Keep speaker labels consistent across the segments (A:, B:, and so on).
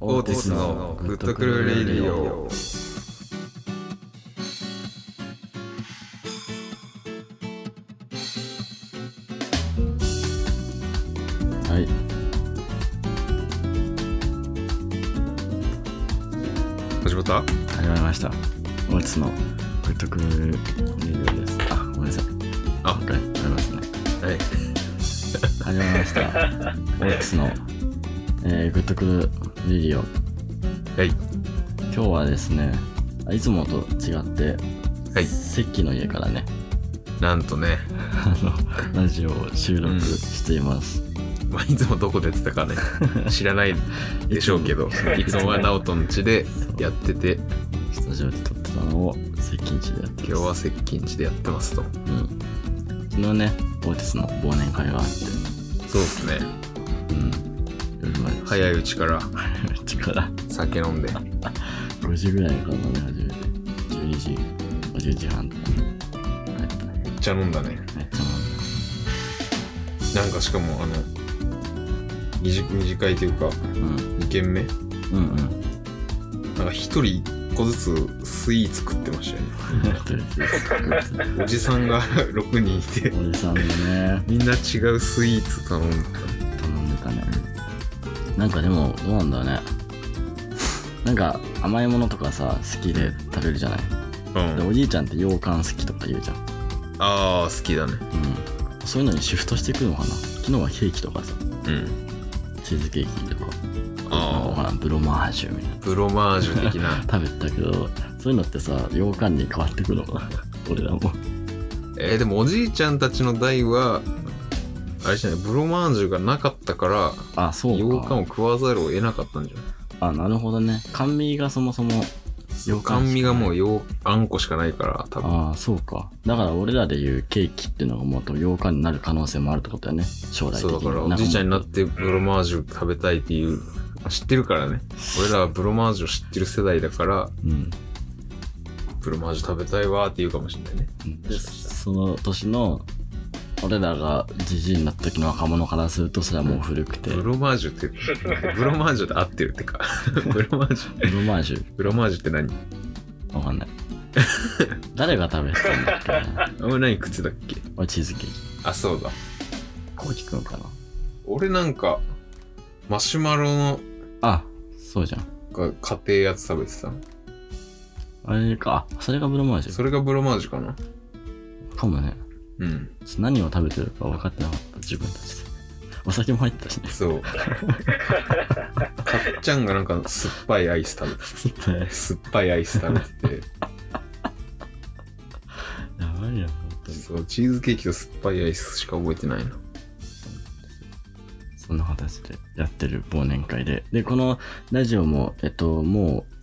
A: オーティスのグッとくるレイディオ
B: はい
A: 始まった
B: 始まりましたオーティスのグッとくるレイディオですあごめんなさい
A: あ
B: もう一回始まりますね
A: はい
B: 始まりましたオ ーティスの、えー、グッとくるレイディオ
A: はい
B: 今日はですねあいつもと違って、
A: はい
B: セッキの家からね
A: なんとね、
B: あのラジオを収
A: うん
B: 録しています、
A: まあ、いつもどこでやってたかね知らないでしょうけどいつもはナオトの家でやってて
B: スタジオで撮ってたのを接近地でやってます
A: 今日は接近地でやってますと
B: うん、昨日ねオーティスの忘年会があっ
A: そうですね
B: てうん夜まで
A: 早いうちか
B: い
A: ら
B: うちから
A: 酒飲んで
B: 5時ぐらいから飲み始めて12時10時半とか帰ったね
A: めっちゃ飲んだね
B: めっちゃ
A: なんかしかもあの二次二次会というか
B: 飲んだ
A: 2軒目
B: うんうんうん
A: なんか一人一個ずつスイーツ食ってましたよね
B: とりあえず
A: おじさんが 6人い て
B: おじさんもね
A: みんな違うスイーツ頼んで
B: 頼んでたねなんかでもどうなんだろうねなんか甘いものとかさ好きで食べるじゃない、
A: たう
B: でおじいちゃんって羊羹好きとか言うじゃん、
A: ああ好きだ
B: う
A: ね
B: ん、そういうのにシフトしていくのかな昨日はケーキとかさ
A: うん
B: チーズケーキとかわか
A: ああ
B: らんブロマージュみたいな
A: ブロマージュ的な
B: 食べてたけどそういうのってさ羊羹に変わってくのか な俺らも
A: えーでもおじいちゃんたちの代はあれじゃないブロマージュがなかったから
B: あそう
A: 羊
B: か
A: 羹を食わざるを得なかったんじゃない
B: あなるほどね甘味がそもそも羊羹しかない
A: 甘味がもう羊あんこしかないから多分
B: ああそうかだから俺らでいうケーキっていうのがもっと羊羹になる可能性もあるってことだよね将来的
A: そう
B: に
A: だからおじいちゃんになっててブロマージュ食べたいっていう知ってるから ね俺らはブロマージュを知ってる世代だから
B: うん
A: ブロマージュ食べたいわーって言うかもしれないね
B: でその年の俺らがじじいになった時の若者からするとそれはもう古くて、
A: ブ
B: ブ
A: ロマージュってブロマージュで合ってるって かブロマージュ
B: ロマージュ
A: ブロマージュって何
B: わ かんない誰が食べてたんだっけな
A: あんま何食ってたっけ
B: 俺チーズケーキ
A: あそうだ
B: こう聞くのかな
A: 俺なんかマシュマロの
B: あそうじゃん
A: が家庭やつ食べてた
B: あれかあそれがブロマージ
A: それがブロマージュかな
B: ュかもね
A: うん
B: 何を食べてるか分かってなかった自分たちでお酒も入ってたし ね
A: そうかっちゃんがなんか酸っぱいアイス食べて
B: 酸っぱいや
A: て酸っぱいアイス食べてて
B: ばいやん本当に
A: そうチーズケーキと酸っぱいアイスしか覚えてないな
B: そんな形でやってる忘年会で。で、このラジオも、えっと、もう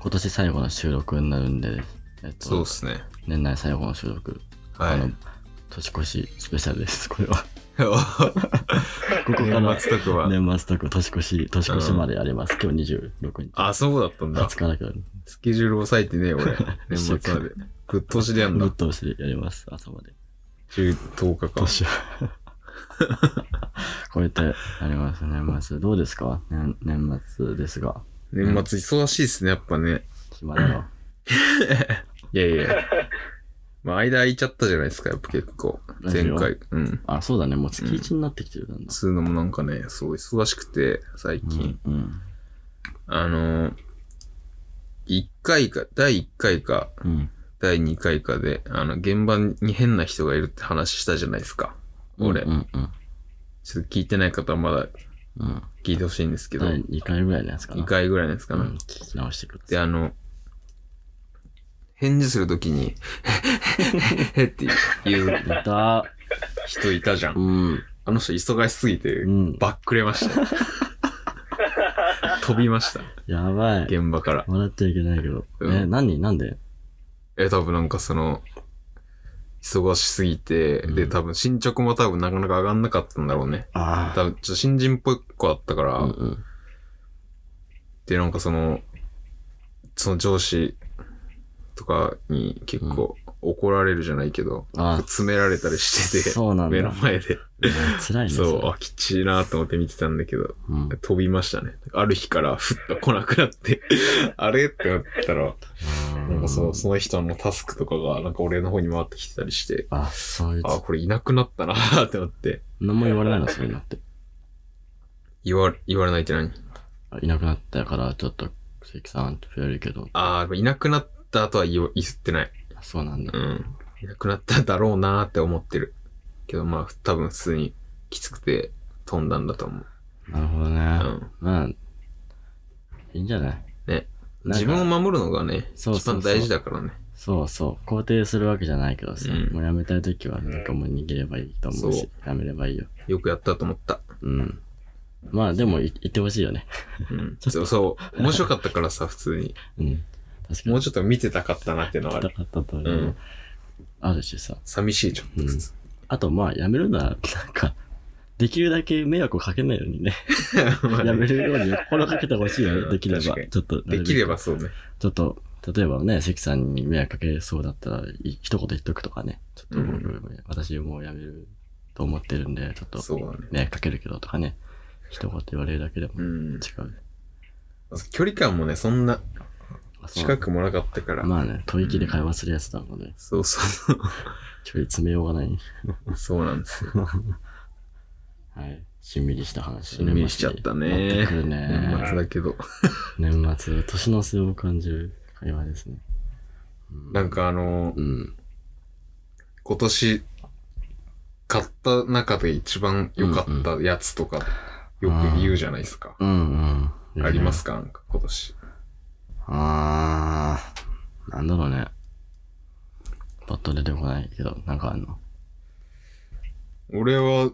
B: 今年最後の収録になるんで、えっ
A: そう
B: と
A: っ、すね
B: 年内最後の収録、
A: は
B: あの
A: い、
B: 年越しスペシャルです、これは。ここから
A: 年末特番
B: 年末特年越し、年越しまでやります。今日26日。
A: あそうだったんだ
B: 20日だから、
A: スケジュール押さえてね え俺年末までグッドしでやん
B: ぶっ
A: だ
B: 通しでやります、朝まで。
A: 10 10日間
B: 年を超えてやります、年末。どうですか年年末ですが。
A: 年末忙しいっすねやっぱね
B: 暇だろ。
A: いやいや。 まあ、間空いちゃったじゃないですか、やっぱ結構。
B: ラジ
A: 前
B: オ
A: 回。うん。
B: あ、そうだね。もう月1になってきてるんだ。
A: そういうのもなんかね、すごい忙しくて、最近。
B: うんうん
A: あのー、1回か、第1回か、
B: うん。
A: 第2回かで、あの、現場に変な人がいるって話したじゃないですか。俺。
B: うんうん
A: ちょっと聞いてない方はまだ
B: うん。うん
A: 聞いてほしいんですけど、
B: 第2回ぐらいのやつかな。
A: 2回ぐらいのやつかな。
B: うん、聞き直してく
A: で、
B: ださい。
A: あの、返事するときに、へへへへって言う
B: やった
A: 人いたじゃ。
B: ー。うんん。
A: あの人忙しすぎて
B: う、ん。
A: バックれました。飛びました。
B: やばい。
A: 現場から。
B: 笑っちゃいけないけど。
A: うん
B: え、何なんで
A: え、多分なんかその、忙しすぎて、
B: う
A: で、
B: ん
A: 多分進捗も多分なかなか上がんなかったんだろうね。
B: あ
A: 多分ちょっと新人っぽい子だったから、
B: あ。うんうん。
A: で、なんかその、その上司とかに結構怒られるじゃないけど、
B: あ
A: 詰められたりしてて、
B: そうなんだ
A: 目の前で。
B: 辛いね
A: そ
B: れ
A: う、あ、きっちいなと思って見てたんだけど、
B: うん、
A: 飛びましたね。ある日からふっと来なくなって、 あれってなったら、なんかそう、その人のタスクとかが、なんか俺の方に回ってきてたりして、
B: あそういう
A: あ、これいなくなったなーってなって、
B: 何も言われないのそういうのって
A: 言わ、言われないって何
B: あいなくなったからちょっと関さんって増えるけど
A: ああ、いなくなったとは言わ言ってない。
B: あそうなんだ
A: うん。いなくなっただろうなーって思ってる。けどまあ、多分普通にきつくて飛んだんだと思う。
B: なるほどね、
A: うん。
B: まあいいんじゃない
A: ね。
B: なん
A: 自
B: か
A: 分を守るのがね、
B: そうそうそう
A: 一番大事だからね。
B: そうそう肯定するわけじゃないけどさ、
A: うん
B: もうやめたい時はなんかもう逃げればいいと思うし
A: そう
B: やめればいいよ
A: よくやったと思った。
B: うんまあでもい言ってほしいよね
A: うん。そうそう。面白かったからさ、普通に。
B: うん確かに
A: もうちょっと見てたかったなっていうのはあ
B: あっ
A: る。
B: たあったあった、
A: ん
B: あるしさ
A: 寂しいじゃん。
B: うん
A: 普通
B: あとまあやめるならなんかできるだけ迷惑をかけないようにね
A: ま あね
B: やめるように心がけてほしいよ
A: う
B: ね
A: ん
B: できればち
A: 確かに
B: ょっとなるべ
A: で
B: く
A: きればそうね。
B: ちょっと、例えばね、関さんに迷惑かけそうだったら、い一言言っとくとかね、ちょっと僕、私もうやめると思ってるんで、ちょっと
A: そうだね。
B: 迷惑かけるけどとかね、一言言われるだけでも
A: う
B: 違う。
A: ん。距離感もね、そんな
B: あそう
A: 近くもなかったから。
B: まあね、吐息で会話するやつなので、
A: そうそう
B: 距離詰めようがない。
A: そう。 そうなんですよ。
B: はい。しんみりした話。
A: しんみりしちゃったね
B: 年末に持ってくる
A: 年末
B: ね。
A: だけど。
B: 年末、年の瀬を感じる会話ですね。
A: なんかあの、
B: うん。
A: 今年買った中で一番良かったやつとか、よく言うじゃないですか。
B: うんうん。
A: ありますかなんか今年。
B: あー、なんだろうね。パッと出てこないけど、なんかあんの。
A: 俺は、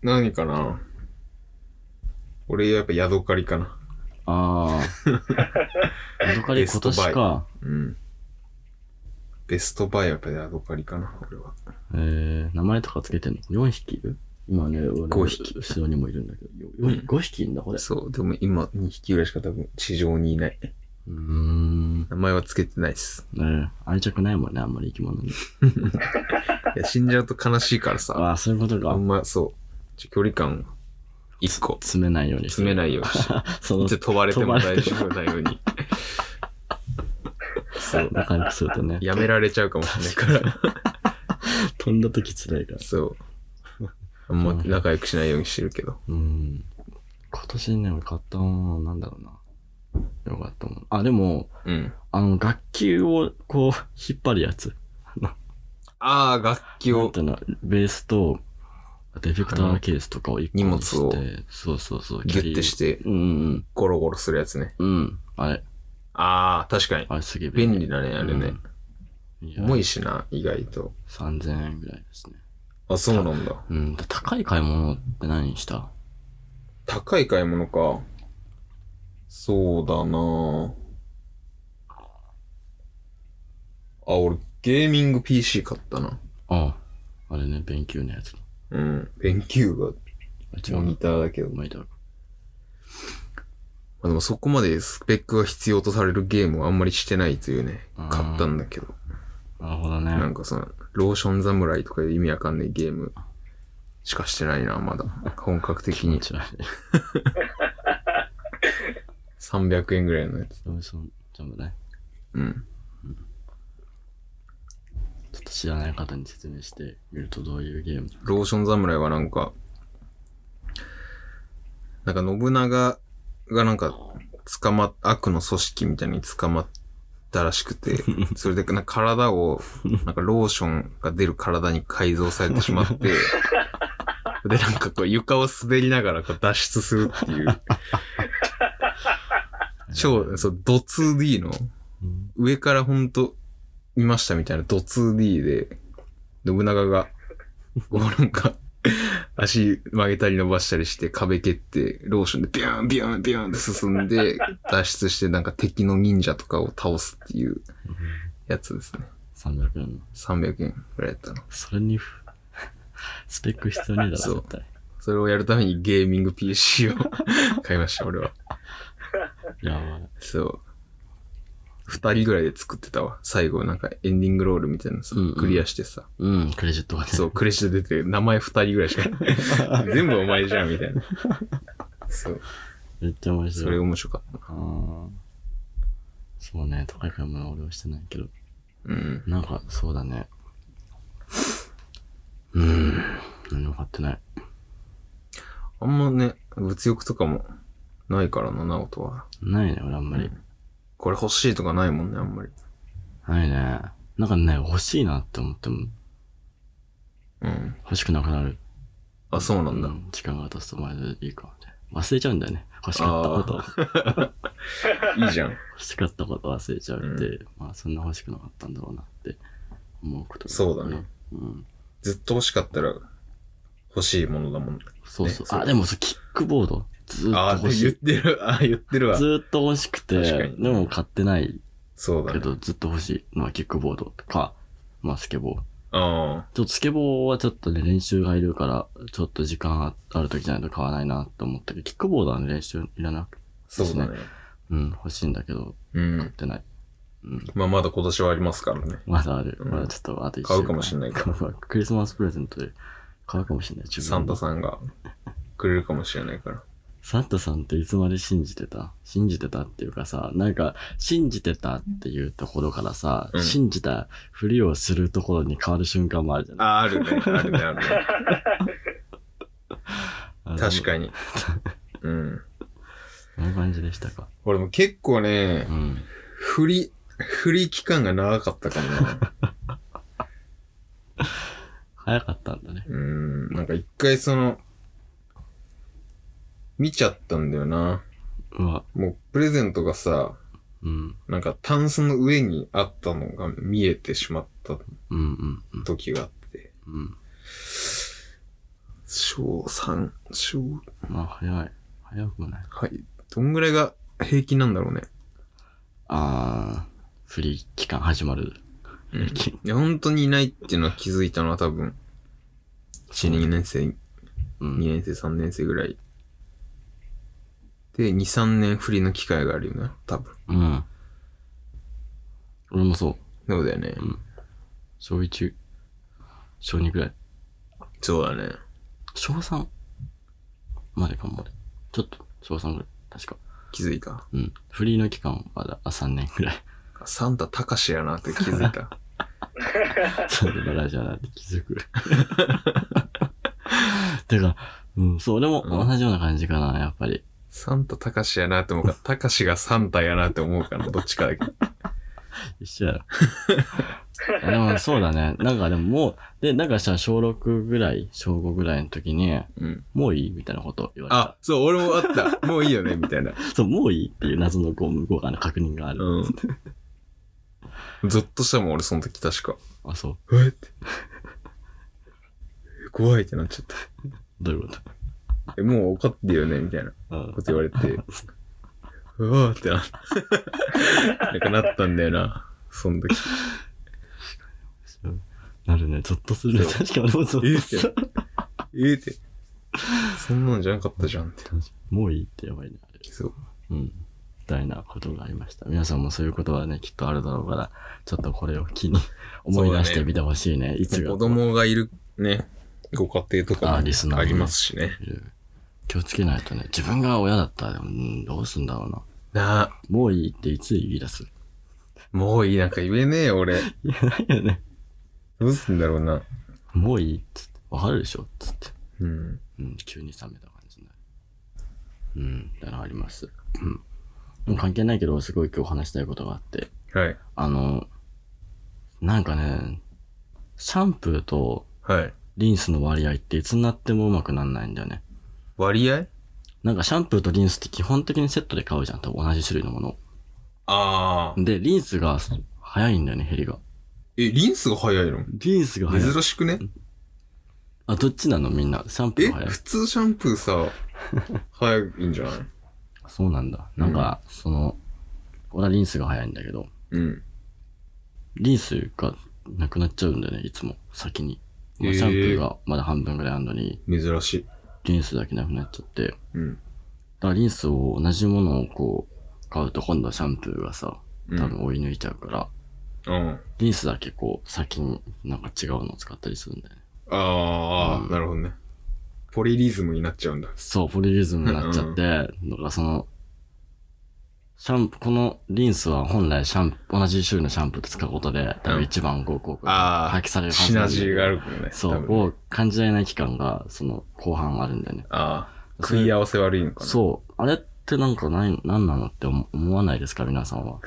A: 何かな俺やっぱヤドカリかな。
B: あー。 ヤドカリ
A: ベ
B: 今
A: ストバイ
B: 年か。
A: うん。ベストバイはやっぱヤドカリかな、俺は。
B: えー、名前とかつけてんの ?4 匹いる今ね、俺、
A: 五匹
B: 後ろにもいるんだけど、よよ5匹いんだ、これ。
A: そう、でも今2匹ぐらいしか多分地上にいない。
B: うーん。
A: 名前はつけてないっす。
B: えー、愛着ないもんね、あんまり生き物に。
A: いや、死んじゃうと悲しいからさ。
B: あー、そういうこと
A: あ
B: か
A: ん。ま、そう。ちょ距離感、1個。
B: 詰めないようにして。
A: 詰めないようにし。
B: その
A: い、つ飛ばれても
B: 飛ば
A: 大
B: れ
A: 丈夫なように。そう。
B: 仲良くするとね、
A: やめられちゃうかもしれないから。
B: 飛んだ時辛いから。
A: そう。あんま仲良くしないようにしてるけど。
B: うん。今年ね、俺買ったもの、なんだろうな。よかったもの。あ、でも、
A: うん。
B: あの、楽器をこう、 引っ張るやつ。
A: ああ、楽器
B: な
A: を
B: んていうのベースと、あとエフェクターケースとかを一個
A: 荷物を
B: してそうそうそう。
A: ギュッてし。て
B: うんうん
A: ゴロゴロするやつね。
B: うん。うん。あれ、
A: ああ、確かに。
B: あれすげえ
A: 便利だね、あれね。。
B: うんいや、
A: 重いしな、意外と。
B: 3000円ぐらいですね。
A: あ、そうなんだ。
B: うん。で高い買い物って何した
A: 高い買い物か。そうだなあ、俺、ゲーミング PC 買ったな。
B: ああ、あれね、勉強のやつ。
A: うん。勉強が
B: あ違
A: モニ
B: う。
A: ターだけど。ま
B: モニターか。
A: あ、でもそこまでスペックが必要とされるゲームはあんまりしてないというね
B: あー、
A: 買ったんだけど。
B: なるほど
A: な
B: ね。
A: んかその、ローション侍とかいう意味わかんないゲームしかしてないな、まだ。本格的
B: 気持
A: に。
B: ち悪い。
A: 300円ぐらいのやつ。
B: ローションジャムね。
A: うん。
B: ちょっと知らない方に説明してみるとどういうゲーム
A: ローション侍はなんか、なんか信長がなんか捕まっ、悪の組織みたいに捕まったらしくて、それでなんか体を、なんかローションが出る体に改造されてしまって、で、なんかこう床を滑りながらこう脱出するっていう、超、そう、ド 2D の
B: うん
A: 上からほんと見ましたみたいなド 2D で、信長が、こうなんか、 足曲げたり伸ばしたりして壁蹴って、ローションでビューンビューンビューンって進んで、脱出してなんか敵の忍者とかを倒すっていうやつですね。
B: 300円の。
A: 300円ぐらいやったの。
B: それに、 スペック必要ねえだろ、
A: そう
B: 絶対。
A: それをやるためにゲーミング PC を買いました、俺は。
B: やばい。
A: そう。二人ぐらいで作ってたわ。最後、なんかエンディングロールみたいなさ
B: うんうん、
A: クリアしてさ。
B: うん、クレジットはね。
A: そう、クレジット出て、名前二人ぐらいし か全部お前じゃん、みたいな。そう、
B: めっちゃ面白い。
A: それ面白かったな。
B: あーそうね、高い買い物は俺はしてないけど。
A: うん。
B: なんか、そうだね。うーん、何も買ってない。
A: あんまね、物欲とかもないからな、直人は。
B: ないね、俺あんまり。
A: これ欲しいとかないもんね、あんまり。
B: ないね。なんかね、欲しいなって思っても、
A: うん。
B: 欲しくなくなる。
A: あ、そうなんだ。
B: 時間が経つと前でいいかみたいな。忘れちゃうんだよね。欲しかったこと。欲
A: いいじゃん。
B: しかったこと忘れちゃうって、まあそんな欲しくなかったんだろうなって思うこと、
A: そうだね。
B: うん。
A: ずっと欲しかったら欲しいものだもん。
B: そうそう。
A: ねそう
B: あ、でもそうキックボード。ずー
A: ああ
B: っと
A: ー、
B: 欲し
A: 言っ
B: い。
A: てる、ああ、言ってるわ
B: ず。ーっと欲しくて、
A: 確かに
B: でも買ってない
A: そうだ
B: け
A: ね。
B: ど、ずっと欲しいのはキックボードとか、まあスケボー。
A: ああ、
B: ちょっとスケボーはちょっとね、練習がいるから、ちょっと時間ある時じゃないと買わないなって思ったけど、キックボードはね、練習いらなく、
A: そうだね。
B: うん、欲しいんだけど、
A: う
B: 買っ
A: ん。
B: てない。うん。
A: まあ、まだ今年はありますからね。
B: まだある。
A: うん
B: まだちょっとあと1週間。
A: 買うかもしんない か
B: クリスマスプレゼントで買うかもしんない。自
A: サンタ
B: ん。
A: さんがくれるかもしれないから。
B: サンタさんっていつまで信じてた信じてたっていうかさ、なんか、信じてたっていうところからさ、
A: うん
B: 信じたふりをするところに変わる瞬間もあるじゃない
A: ああ、あるね、あるね、あるね。確
B: に。
A: か に。うん。
B: こんな感じでしたか。
A: 俺も結構ね
B: う、ん。
A: 振り、振り期間が長かったかも な。
B: 早かったんだね。
A: うん、なんか一回その、見ちゃったんだよな。
B: うわ、
A: もうプレゼントがさ、
B: うん。
A: なんかタンスの上にあったのが見えてしまった
B: うんうんうん
A: 時があって、
B: うん。
A: 小3、小、
B: まあ、早い。早くもない。
A: はい。どんぐらいが平均なんだろうね。
B: あー、フリー期間始まる。
A: うん。いや、本当にいないっていうのは気づいたのは多分、1、2年生、2
B: うん。
A: 年生、3年生ぐらい。で、2、3年振りの機会があるよな、多分。
B: うん。俺もそう。
A: そうだよね。
B: 小1、小2くらい。
A: そうだね。
B: 小3までかも俺。ちょっと、小3ぐらい。確か。
A: 気づいた。
B: うん。フリーの期間はだあ3年くらい。
A: サンタたかしやなって気づい た。
B: そうだ、ラジオだって気づく。 てか、うん、そう、でも
A: うん
B: 同じような感じかな、やっぱり。
A: サンタたかしやなって思うから、たかしがサンタやなって思うから、どっちかだけ。
B: 一緒やろ。 あでもそうだね。なんかでももう、で、なんかさ、小6ぐらい、小5ぐらいの時に、
A: うん。
B: もういいみたいなこと言われた。
A: あ、そう、俺もあった。もういいよね、みたいな。
B: そう、もういいっていう謎のこう向こう側の確認がある。
A: うん。ゾッとしたもん、俺、その時確か。
B: あ、そう。
A: えって。怖いってなっちゃった。
B: どういうこと
A: え、もう分かってるよね、みたいな
B: うん
A: こと言われて。うわーって ななんかなったんだよな。その時。
B: なるね、ゾッとするね。
A: そう
B: 確かに俺もゾッとする。
A: えって。そんなんじゃなかったじゃんって。
B: 確かにもういいってやばいね、あれ。
A: そう。
B: うん。みたいなことがありました。皆さんもそういうことはね、きっとあるだろうから、ちょっとこれを機に思い出してみてほしいね。いつが
A: 子。供がいるね、ご家庭と
B: あ
A: か
B: リスナー
A: も
B: の
A: あ
B: ね
A: りますしね。
B: 気をつけないとね、自分が親だったら、でもうんどうすんだろうな。
A: なあ、
B: もういいっていつ言い出す
A: もういいなんか言えねえよ、俺。
B: いや、ないよね。
A: どうすんだろうな。
B: もういいっつって、わかるでしょっつって。
A: うん。
B: うん、急に冷めた感じになる。うん、だからあります。うん。でも関係ないけど、すごい今日話したいことがあって、
A: はい。
B: あの、なんかね、シャンプーと
A: はい。
B: リンスの割合っていつになってもうまくなんないんだよね。
A: 割合
B: なんかシャンプーとリンスって基本的にセットで買うじゃん、多分同じ種類のものを。
A: ああ。
B: で、リンスが早いんだよね、減りが。
A: え、リンスが早いの
B: リンスが早い。
A: 珍しくね
B: あ、どっちなのみんな。シャンプ
A: え
B: ーが早い
A: 普。通シャンプーさ、早いんじゃない
B: そうなんだ。なんか、その、俺はリンスが早いんだけど、
A: うん。
B: リンスがなくなっちゃうんだよね、いつも、先に。まあ
A: へえ
B: シャンプーがまだ半分ぐらいあるのに、
A: 珍しい。
B: リンスだけなくなっちゃって。だか
A: うん。
B: らリンスを同じものをこう、買うと今度はシャンプーがさ、
A: うん
B: 多分追い抜いちゃうから、
A: うん。
B: リンスだけこう、先になんか違うのを使ったりするんだよね。
A: ああ、
B: うん
A: なるほどね。ポリリズムになっちゃうんだ。
B: そう、ポリリズムになっちゃって、だからその、シャンプー、このリンスは本来シャンプー、同じ種類のシャンプーと使うことで、多分一番こう、こう、
A: あー
B: 発揮されるは
A: シ
B: ずなん
A: ナ
B: だけど
A: ジーがあるからね。
B: そ
A: 多
B: う、
A: 分ね
B: を感じられない期間が、その、後半あるんだよね。
A: ああ、食い合わせ悪いのかな。
B: そう。あれってなんか何、何なのって思思わないですか皆さん は。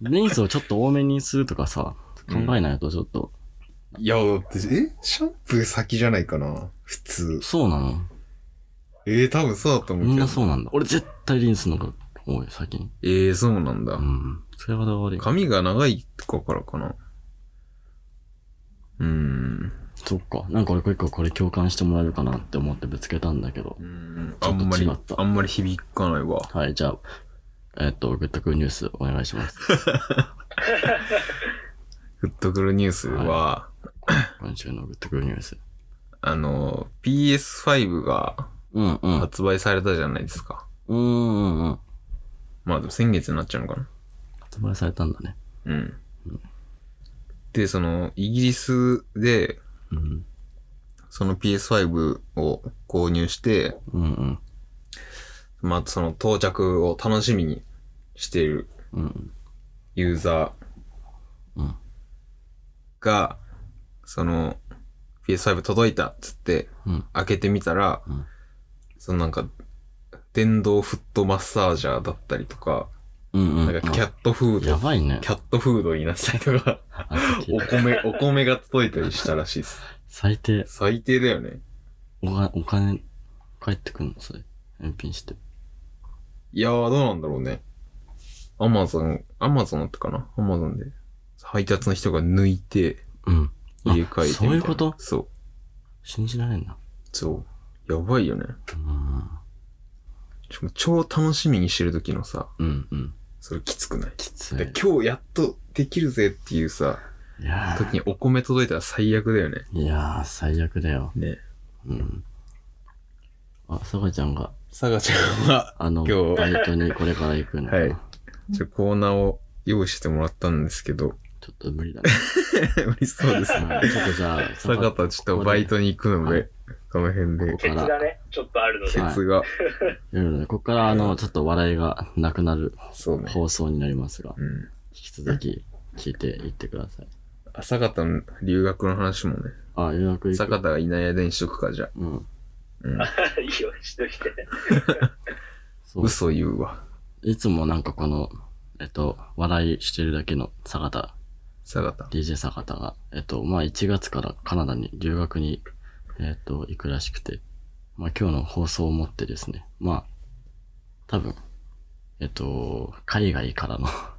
B: リンスをちょっと多めにするとかさ、考えないとちょっと、
A: いや、だって、えシャンプー先じゃないかな普通。
B: そうなの
A: えー、多分そうだと思うけど。
B: みんなそうなんだ。俺絶対リンスの方が多い、先に。
A: えー、そうなんだ
B: う。ん。それはどう悪い。
A: 髪が長いとかからかな。うーん。
B: そっか。なんか俺結構これ共感してもらえるかなって思ってぶつけたんだけど
A: う。ん
B: ち
A: あ
B: ょっと
A: んまり
B: 違った、
A: あんまり響かないわ。
B: はい、じゃあ、えっと、グッドクーニュースお願いします。
A: グッとくるニュースは、
B: 今週のグッドクーニュース。
A: あの、PS5 が
B: うんうん。
A: 発売されたじゃないですか。
B: うんうんうん。
A: まあ、でも先月になっちゃうのかな。
B: 発売されたんだね。
A: うん。で、その、イギリスで、
B: うん。
A: その PS5 を購入して、
B: うんうん。
A: まあ、その到着を楽しみにしている
B: うん
A: ユーザ
B: う
A: ー
B: ん
A: が、その PS5 届いたっつって
B: うん。
A: 開けてみたら、
B: うん
A: そのなんか電動フットマッサージャーだったりとか、
B: うんうん。
A: なんかキャットフー
B: や
A: ド、
B: ばいね
A: キ。ャットフードになったりと か、
B: あさっき
A: お米、お米が届いたりしたらしいです。
B: 最低、
A: 最低だよね。
B: おがお金、返ってくんのそれ。返品して。
A: いやー、どうなんだろうね。アマゾン、アマゾンだったかなアマゾンで。配達の人が抜いて、
B: うん。あ
A: 入れ替えてみた
B: そういうこと
A: そう。
B: 信じられんな。
A: そう。やばいよね。
B: うん。
A: しかも超楽しみにしてる時のさ、
B: うんうん。
A: それきつくない
B: きつ
A: で
B: い。
A: 今日やっとできるぜっていうさ、
B: いや
A: 時にお米届いたら最悪だよね。
B: ー、いやー、最悪だよ。
A: ね。
B: うん。あ、さかちゃんが、
A: さがちゃんは、
B: あの、
A: 今日
B: バイトにこれから行くの。
A: はいちょコーナーを用意してもらったんですけ ど、
B: ちょっと無理だね。
A: 無理そうですね。
B: はいちょっとじゃあ、
A: さがたちょっとバイトに行くので、この辺で、
B: こ
C: ケ
B: こ
C: ツ
B: から
C: がね、ちょっとあるの
A: ケ
C: で。
B: はい
A: ツが、
B: いろいろねここから、あの、ちょっと笑いがなくなる
A: そうね。
B: 放送になりますが、
A: うん。
B: 引き続き聞いていってください。
A: 朝方の留学の話もね、
B: あ、予約行
A: 朝
B: く。
A: 方がいない間にしとくか、じゃあ。
B: うん。
A: うん、
C: いいよ、しといて。
B: そう。
A: 嘘言うわ。
B: いつもなんかこの、えっと、笑いしてるだけの坂田、
A: 朝方。
B: DJ 坂田が、えっと、まあ1月からカナダに留学に、えっと、行くらしくて、まあ今日の放送をもってですね、まあ、多分、えっと、海外からの、
A: まあ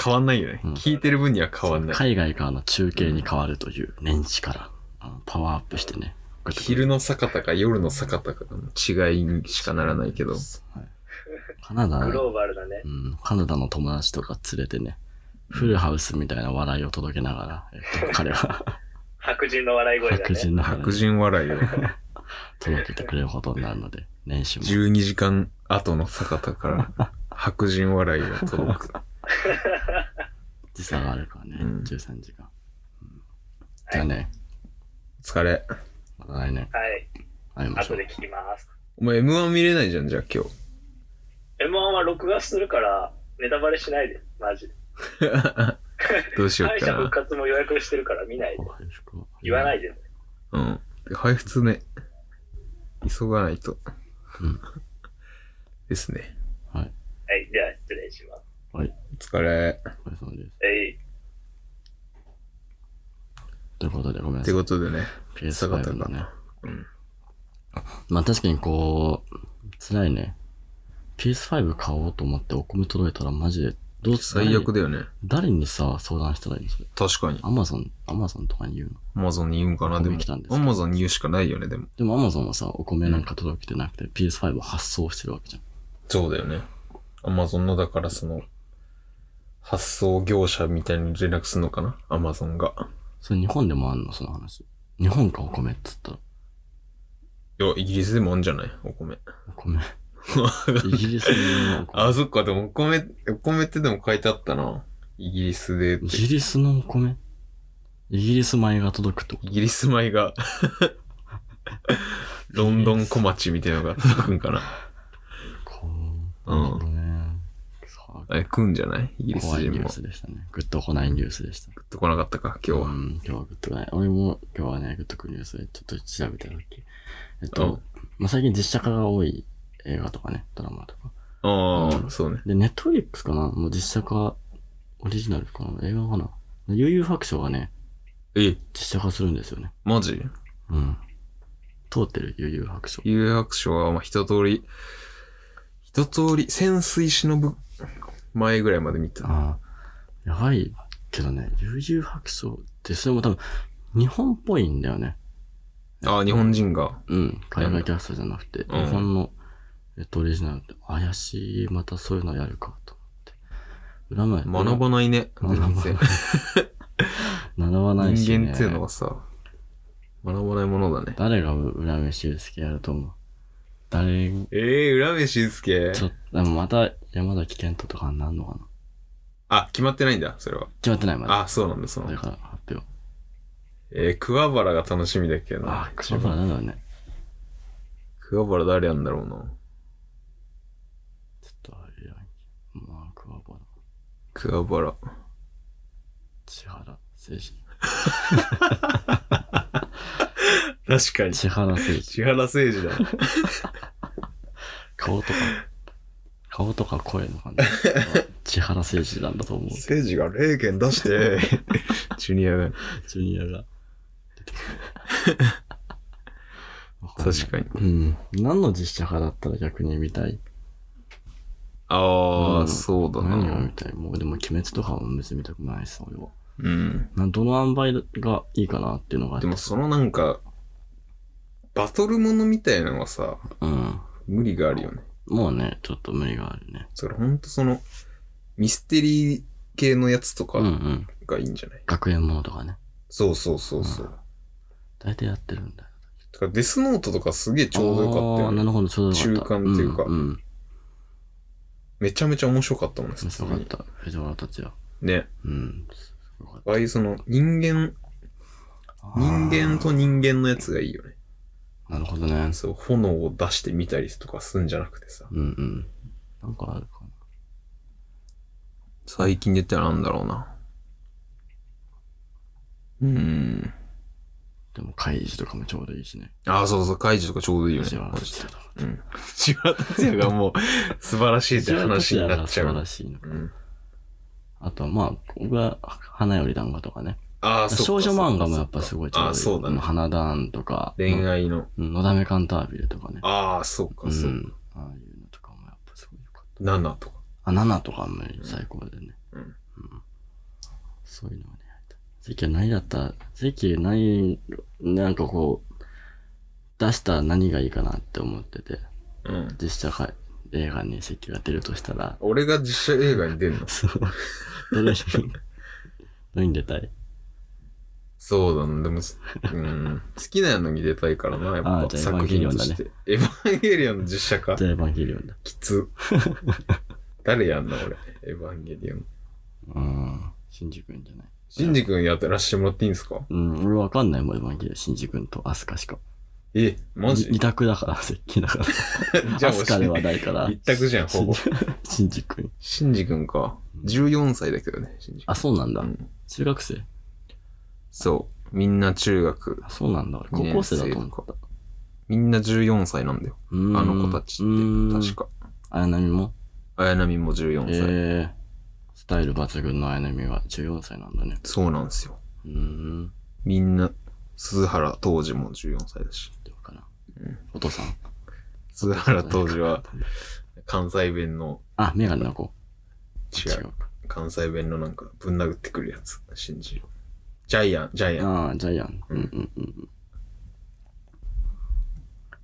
A: 変わんないよね、
B: うん
A: 聞いてる分には変わんない。
B: 海外からの中継に変わるという年始から、あのパワーアップしてね、
A: 昼の坂田か夜の坂田かの違いにしかならないけど。
B: はいカナダ、
C: グローバルだね
B: う。ん、カナダの友達とか連れてね、フルハウスみたいな笑いを届けながら、えっと、彼は
C: 白人の笑い声だ
B: 白
C: ね。
B: 人の話
A: 白人笑いを
B: 届けてくれることになるので、年始も。
A: 12時間後の坂田から白人笑いが届く。
B: 時差があるからね、
A: うん
B: 13時間。うんじゃあね、
A: お疲れ。
B: また来年
C: はい。
B: 会いましょ
C: 後
B: う
C: で。聞きます。
A: お前 M1 見れないじゃん、じゃあ今日。
C: M1 は録画するから、ネタバレしないで、マジで。
A: どうしよ
C: 敗
A: う
C: 者復
A: か
C: 活も予約してるから見ないで。言わないでね。
A: な。うん。で配布ね。急がないと。
B: うん
A: ですね。
B: はい。
C: はい、では失礼します。
B: はい。
A: お疲れ。
B: お疲れ様です。
C: えい。
B: ということで、ごめんな
A: っ
B: さ
A: て
B: い。
A: ことでね。
B: PS5 のね。
A: うん
B: まあ確かにこう、辛いね。PS5 買おうと思ってお米届いたらマジで、どうす
A: 最悪だよね。
B: 誰にさ、相談したらいいのそれ。
A: 確かに。
B: アマゾン、アマゾンとかに言うの。
A: アマゾンに言うんかな、で
B: 飛ん
A: も
B: できたんです。け
A: ア
B: ど
A: マゾンに言うしかないよね、でも。
B: でもアマゾンはさ、お米なんか届けてなくて、PS5 を発送してるわけじゃん。
A: そうだよね。アマゾンの、だからその、発送業者みたいに連絡するのかなアマゾンが。
B: それ日本でもあんのその話。日本かお米っつったら。
A: いや、イギリスでもあんじゃないお米。
B: お米。イギリスのお米。
A: あ、そっか、でもお米、お米ってでも書いてあったな。イギリスでって
B: イ。ギリスのお米イギリス米が届くってこと
A: イギリス 米が、ロンドン小町みたいなのが届くんかな。
B: こ
A: うん
B: なるほどね。さ
A: あれ、来んじゃないイギ
B: あ
A: リス
B: 怖い
A: 人
B: ニュ
A: も。
B: ー
A: 食
B: スでしたね。グッと来ないニュースでした。
A: ってこなかったか、今日
B: う
A: は。
B: ん、今日はグッと来ない。俺も今日はね、グッと来るニュースでちょっと調べただけ。えっと、まあ、最近実写化が多い映画とかね、ドラマとか。
A: ああ、そうね。
B: で、ネットフリックスかなもう実写化、オリジナルかな映画かな悠々白書がね、
A: え、
B: 実写化するんですよね。
A: マジ
B: うん。通ってる、悠々白書。
A: 有白書は、まあ、一通り、一通り、潜水忍ぶ前ぐらいまで見
B: あ
A: た。
B: あ、やばいけどね、悠々白書って、それも多分、日本っぽいんだよね。
A: ああ、日本人が。
B: うん、海外キャストじゃなくて、
A: うん
B: 日本の、えっと、オリジナルって、怪しい、またそういうのやるかと思って。裏前
A: 学ばないね。
B: 学ば
A: 全
B: ない
A: 然。
B: 習わないし、ね。
A: 人間っていうのはさ、学ばないものだね。
B: 誰が裏目修介やると思う誰、ち
A: ええー、浦部俊介
B: ょっと、でもまた山崎賢人とかになるのかな
A: あ、決まってないんだ、それは。
B: 決まってない、まだ。
A: あ、そうなんだ、そう
B: こ
A: なん
B: れ
A: だ。
B: から発表。
A: えー、桑原が楽しみだっけど
B: あ
A: な。、
B: クソからなんだろうね。
A: 桑原誰やんだろうな。
B: ちょっと、あれやんけ。まあ、クワバラ。
A: 桑原。
B: 千原誠司。
A: 確かに。
B: 千原誠 司。
A: 千原誠二だ。
B: 顔とか、顔とか声の感じ。千原誠司なんだと思う。
A: 誠二が霊剣出して、 ジュニアが。
B: ジュニア が出てくる。
A: 確かに。
B: に。うん。何の実写化だったら逆に見たい
A: あ
B: う
A: あ、
B: ん
A: そうだ
B: 何が見
A: な。
B: たいもうでも鬼滅とかも別に見たくないです、俺は。
A: うん。
B: などの塩梅がいいかなっていうのがあって
A: でもそのなんか、バトルものみたいなのはさ、
B: うん。
A: 無理があるよね。
B: もうね、ちょっと無理があるね。
A: それほんとその、ミステリー系のやつと
B: うんうん。
A: かがいいんじゃない、
B: 学園ものとかね。
A: そうそうそうそう。
B: 大体やってるんだよ。
A: だからデスノートとかすげえちょうどよかった
B: あ
A: よ
B: ー
A: ね
B: な。るほど、ちょうどよかった。
A: 中間っていうか
B: うん、うん。
A: めちゃめちゃ面白かったもんね、普
B: 面
A: 通
B: 白かっ
A: に。
B: た。藤原達也。
A: ね。
B: うん。すごかっ
A: ああいうその人間、
B: た
A: 人間と人間のやつがいいよね。
B: あーなるほどね。
A: そう、炎を出してみたりとかすんじゃなくてさ。
B: うんうん。なんかあるかな。
A: 最近出てなんだろうな。うーん。
B: でも、怪獣とかもちょうどいいしね。
A: ああ、そうそう、カイジとかちょうどいいよね
B: 藤。原達也とか。
A: うん。千原達也がもう、素晴らしいって話になっ
B: 藤
A: ちゃ
B: 原達也が素晴ら。しい
A: う
B: のか
A: うん。
B: あとは、まあ、僕は、花より団子とかね。
A: ああ、そうか
B: 少女漫画もやっぱすごいちょうどいい。
A: あそうだね
B: も花壇とか、
A: 恋愛の。
B: うん。のだめカンタービルとかね。
A: ああ、そう
B: う
A: か、そうか。
B: ん。ああいうのとかもやっぱすごいよかった。
A: ナナとか。
B: あ、ナナとかも最高でね。
A: うん
B: そういうのがね、やりたい。関は何だったら、関何、なんかこう、出したら何がいいかなって思ってて、
A: うん。
B: 実写化映画に関が出るとしたら、
A: 俺が実写映画に出るの
B: そう、 どれに、どれに出たい
A: そうだな、でも、うん、好きなのに出たいからな、やっ
B: あ
A: ぱ
B: ーじゃあ
A: 作品として。エヴァンゲリオンの実写化
B: じゃあエヴァンゲリオンだ。
A: きつ。誰やんの俺、エヴァンゲリオン。
B: うん。新次君じゃない。
A: シンジ君やってらしてもらっていいんですか
B: うん、俺わかんないもん、エヴァンゲリオン。新次君とアスカしか。
A: え、マジ
B: 二択だから、 関だから。
A: じゃあ
B: アスカではないから。
A: 一択じゃん、ほぼ。
B: 新次君。
A: シンジ君か。14歳だけどね、シンジ君
B: あ、そうなんだ。
A: うん
B: 中学生
A: そう。みんな中学。
B: あ、そうなんだ。俺高校生だと思った。
A: みんな14歳なんだよ。
B: あ
A: あの子たちって。確。か。
B: 綾波も
A: 綾波も14歳。
B: えー、スタイル抜群の綾波は14歳なんだね。
A: そうなんですよ。
B: うーん。
A: みんな、鈴原当時も14歳だし。
B: どうかな。
A: うん
B: お父さん。
A: 鈴原当時は、関西弁の、
B: あ、メガネの子。
A: 違う。
B: か。
A: 関西弁のなんか、ぶん殴ってくるやつ。信じよう。ジャイアン、ジャイアン、
B: ああ、ジャイアン。
A: う
B: うんんうんうん。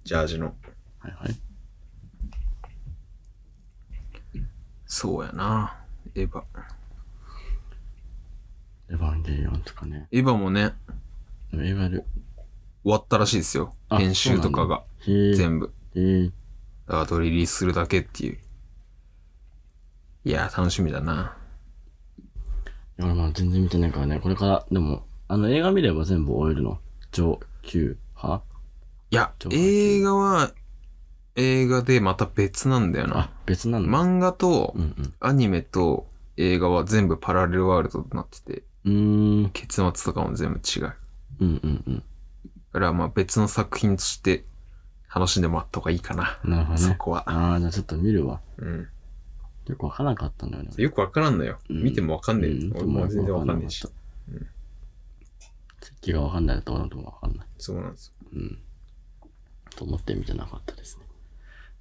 A: ジャージの。
B: はいはい。
A: そうやな。エヴァ。
B: エヴァンゲリオンとかね。
A: エヴァもね、
B: でもいわゆる、
A: 終わったらしいですよ。
B: あ
A: 編集とかが、
B: へえ。
A: 全部。
B: へえ。
A: アートリリースするだけっていう。いやー、楽しみだな。
B: いや、俺まあ全然見てないからね、これから、でも、あの映画見れば全部終えるの。上級派
A: いや
B: ちょ、
A: 映画は、映画でまた別なんだよな
B: あ。、別なんだ。
A: 漫画と
B: うんうん。
A: アニメと映画は全部パラレルワールドになってて、
B: うーん、
A: 結末とかも全部違う。だ
B: うんうん
A: からまあ別の作品として楽しんでもらった方がいいかな。
B: うん。なるほど
A: そ
B: ね。
A: こは。
B: ああ、じゃあちょっと見るわ。
A: うん。
B: よくわからなかったんだよね。
A: よくわからんのよ。
B: うん
A: 見てもわかんねえ。
B: うん
A: 俺も全然わかんねえし
B: よ。席がわかんないとどうなもわかんない。
A: そうなんです
B: うん。と思って見てなかったですね。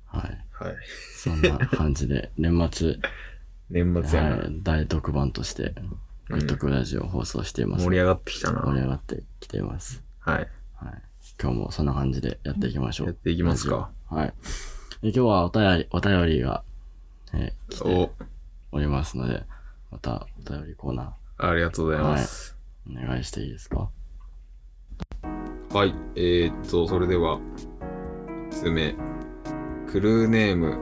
B: はい。
A: よ。はい。
B: そんな感じ で、年末、
A: 年末やな。
B: はい、大特番として、グッドクラジオを放送しています。
A: 盛り上がってきた
B: 盛り
A: な。
B: 上がってきています。
A: はい。
B: はい。今日もそんな感じでやっていきましょう。
A: やっていきますか。
B: はい。で今日はお便り、お便りが、えー来て
A: お、
B: おりますので、またお便りコーナ
A: ありがとうございます。
B: ーお願いしていいですか
A: はい、えー、っと、それでは、1つ目、クルーネーム、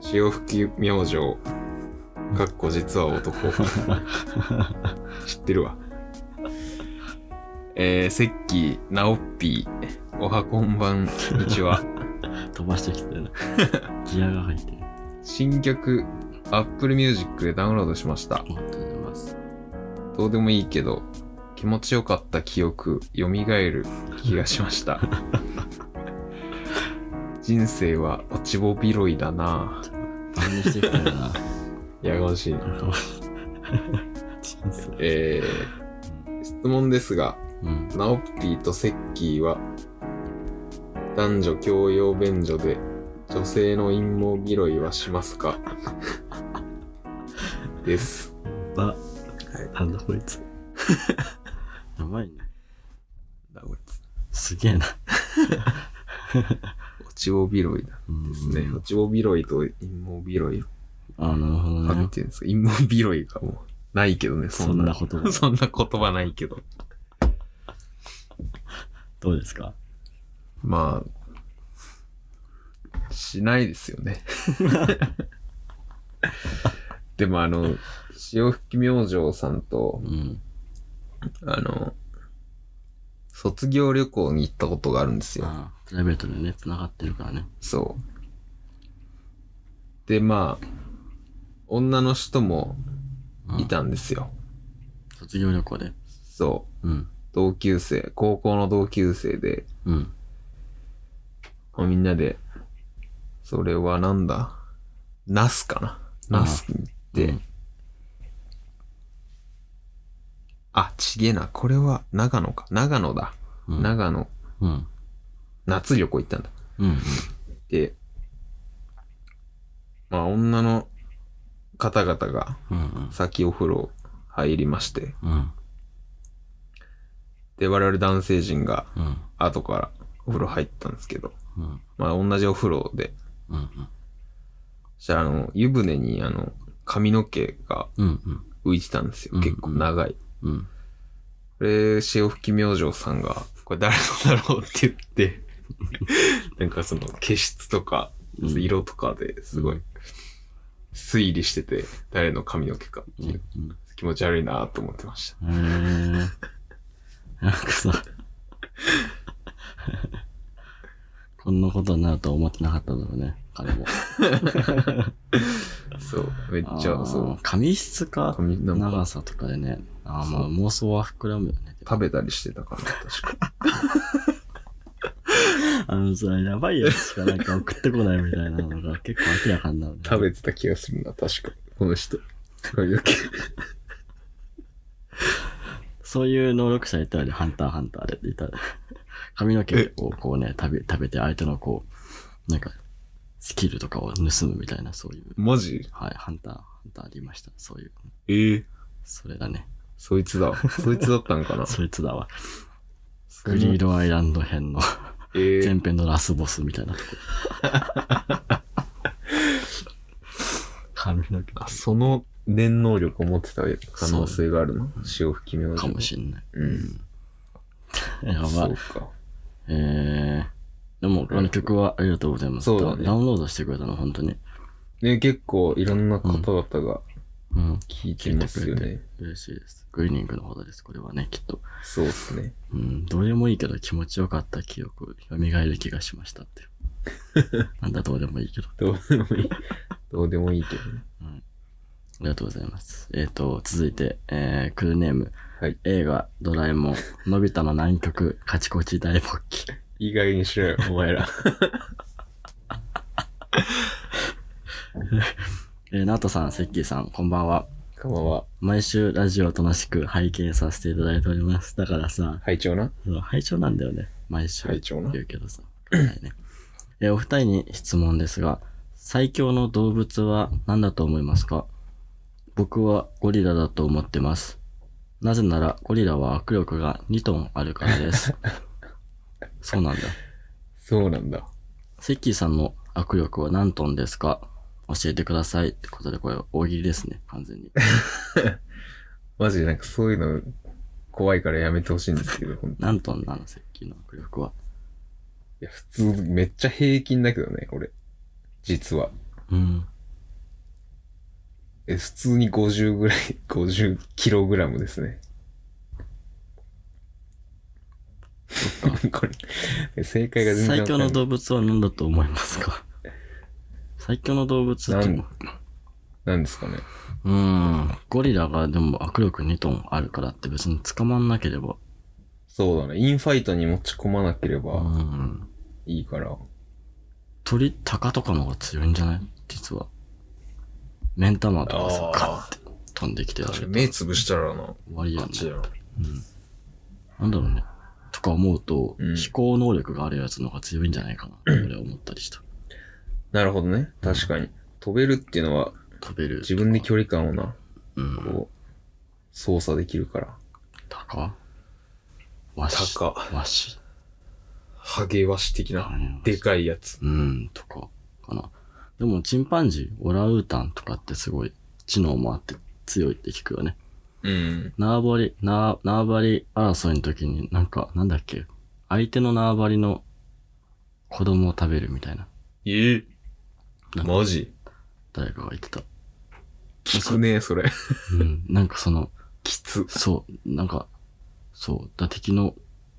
A: 潮吹き明星、かっこ実は男。知ってるわ。えー、セッキー、ナオッピー、おはこんばん、こんにちは。
B: 飛ばしてき てるな。ギアが入ってる。
A: 新曲、Apple Music でダウンロードしました
B: あ。りがとうございます。
A: どうでもいいけど、気持ちよかった記憶、蘇る気がしま した。人生は落ちぼ拾いだな
B: バンドしてきたよ な。
A: ぁ。やがましいな。
B: なんか人生
A: えー、質問ですが、
B: うん。
A: ナオッピーとセッキーは、男女共用便所で、女性の陰謀拾いはします かです。
B: あ、なんだこいつ。 やばいね。すげえな。
A: 落ちぼ拾いだ。ですね。
B: うん
A: 落ちぼ拾いと陰謀拾い
B: あ、なるほど
A: なん
B: ね。
A: ていうんですか、陰謀拾いがもうないけどね、
B: そんなこと
A: そんな言葉ないけど。
B: どうですか
A: まあ、しないですよ ね。でもあの、潮吹き明星さんと
B: う、ん。
A: あの、卒業旅行に行ったことがあるんですよ。
B: あプライベートでね、繋がってるからね。
A: そう。で、まあ、女の人も
B: うん
A: いたんですよ。
B: 卒業旅行で。
A: そう。
B: うん。
A: 同級生、高校の同級生で、
B: うん。
A: まあみんなで、それはなんだナスかなナスに行って、
B: うん
A: あ、ちげえな。これは長野か。長野だ。
B: うん。
A: 長野、
B: うん。
A: 夏旅行行ったんだ。
B: うん。
A: で、まあ女の方々が
B: うん。うん。
A: 先お風呂入りまして、
B: うん。
A: で、我々男性陣が
B: うん。
A: 後からお風呂入ったんですけど、
B: うん。
A: まあ同じお風呂で、
B: うん。
A: そしたらあの、湯船にあの、髪の毛が
B: うん。
A: 浮いてたんです
B: うん
A: よ。
B: うん
A: 結構長い。
B: うん。
A: これ、潮吹き明星さんが、これ誰のだろうって言 って、なんかその、毛質とか、
B: うん
A: 色とかですごい、推理してて、誰の髪の毛かっていう、
B: うん。
A: 気持ち悪いなと思ってました。
B: へえ。なんかさ、こんなことになるとは思ってなかっただろうね、彼も。
A: そう、めっちゃ、そう
B: う。。髪質か、
A: 髪なんか
B: 長さとかでね。ああ、ま
A: そ
B: あ
A: う
B: 妄想は膨らむよね。
A: 食べたりしてたから、確か。
B: あのさ、やばいやつしかなんか送ってこないみたいなのが結構明らかになる、ね。
A: 食べてた気がするな、確か。この人。髪の毛。
B: そういう能力者いたよね、ハンターハンターでいた。 髪の毛をこうね、食べ食べて相手のこう、なんか、スキルとかを盗むみたいな、そういう。
A: マジ
B: はい、ハンター、ハンターでいました。そういう。
A: ええ
B: それだね。
A: そいつだ。そいつだったんかな。
B: そいつだわ。グリードアイランド編の
A: ええ
B: 前編のラスボスみたいなとこ。髪の毛
A: あ、その念能力を持ってた可能性があるの潮吹き明星。
B: かもしんない。
A: うん。
B: やば
A: そ。
B: いう
A: か。
B: えー、でも、あの曲はありがとうございます。
A: そうだね
B: ダウンロードしてくれたの、本当に。
A: ね、結構いろんな方々が
B: うん。
A: 聞いてますよね。
B: 嬉しいです。グリーニングの方です、これはね、きっと。
A: そうですね。
B: うん、どうでもいいけど気持ちよかった記憶、蘇る気がしましたって。 なんだどうでもいいけど。
A: どうでもいい。どうでもいいけどね。
B: ありがとうございます。えっ、と、続いて、えー、クルーネーム。
A: はい
B: 映画、ドラえもん、のび太の南極、カチコチ大勃起。
A: いい加減にしろよ、お前ら。
B: えー、ナトさん、セッキーさん、こんばんは。
A: かまは、
B: 毎週ラジオを楽しく拝見させていただいております。だからさ、
A: 拝聴な。
B: その拝聴なんだよね。毎週。
A: 拝聴な
B: 言。うけどさ。わかんないね。 えー、お二人に質問ですが、最強の動物は何だと思いますか僕はゴリラだと思ってます。なぜならゴリラは握力が2トンあるからです。そうなんだ。
A: そうなんだ。
B: セッキーさんの握力は何トンですか教えてくださいってことでこれ大喜利ですね、完全に。
A: マジでなんかそういうの怖いからやめてほしいんですけど、ほんとい
B: 何トンなの、セッキーの握力は。
A: や、普通、めっちゃ平均だけどね、俺。実は。
B: うん。
A: え、普通に50ぐらい、50キログラムですね。 これ、え正解が全然
B: 最
A: わか
B: 強
A: んない
B: の動物は何だと思いますか最強の動物って
A: なんなんですかね。
B: うーん。ゴリラがでも握力2トンあるからって別に捕まんなければ。
A: そうだね。インファイトに持ち込まなけれ
B: う
A: ば
B: ん。
A: いいから。
B: 鳥、鷹とかの方が強いんじゃない実は。目ん玉とかさ
A: あ、ー
B: カッて飛んできてたら終
A: つぶしたらな、
B: わりやんね。
A: ろ。
B: なんだろうね。とか思うと、
A: うん
B: 飛行能力があるやつの方が強いんじゃないかな。俺は思ったりした。
A: なるほどね。確かに。飛べるっていうのは、
B: 飛べる。
A: 自分で距離感をな、
B: うん。
A: こう、操作できるから。
B: 鷹わし。
A: 鷹
B: わし。
A: ハゲワシ的な、でかいやつ。
B: うん、とか、かな。でも、チンパンジー、オランウータンとかってすごい知能もあって強いって聞くよね。
A: うん。
B: 縄張り、縄縄張り争いの時になんか、なんだっけ、相手の縄張りの子供を食べるみたいな、
A: ええ
B: なんか
A: マジ
B: 誰かが言ってた。
A: きつねえ、それ。
B: うん、なんかその、
A: きつ。
B: そう、なんか、そう、だ敵の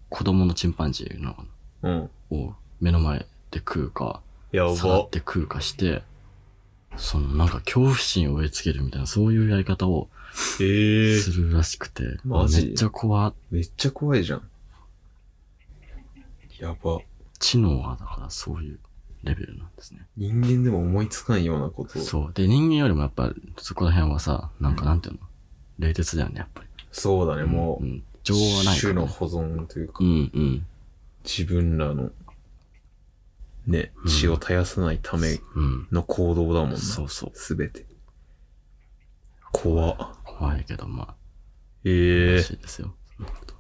B: 子供のチンパンジーの
A: うん。
B: を目の前で食うか、
A: や
B: さらっ。て食うかして、そのなんか恐怖心を植え付けるみたいな、そういうやり方を
A: ええ
B: するらしくて、
A: マジ
B: めっちゃ怖、
A: めっちゃ怖いじゃん。やば。
B: 知能がだからそういうレベルなんですね。
A: 人間でも思いつかんようなことを。
B: そう。で、人間よりもやっぱそこら辺はさ、なんかなんていうの、冷徹だよね、やっぱり。
A: そうだね、も
B: う
A: う。
B: ん、情はないか
A: 種
B: ら、ね。
A: の保存というか
B: う、んうん。
A: 自分らの、ね、
B: うん
A: 血を絶やさないため
B: うん。
A: の行動だもんな。
B: そうそう。
A: すべて。怖っ。
B: 怖いけど、まあ、
A: ええ
B: 嬉しいですよ。そんなこと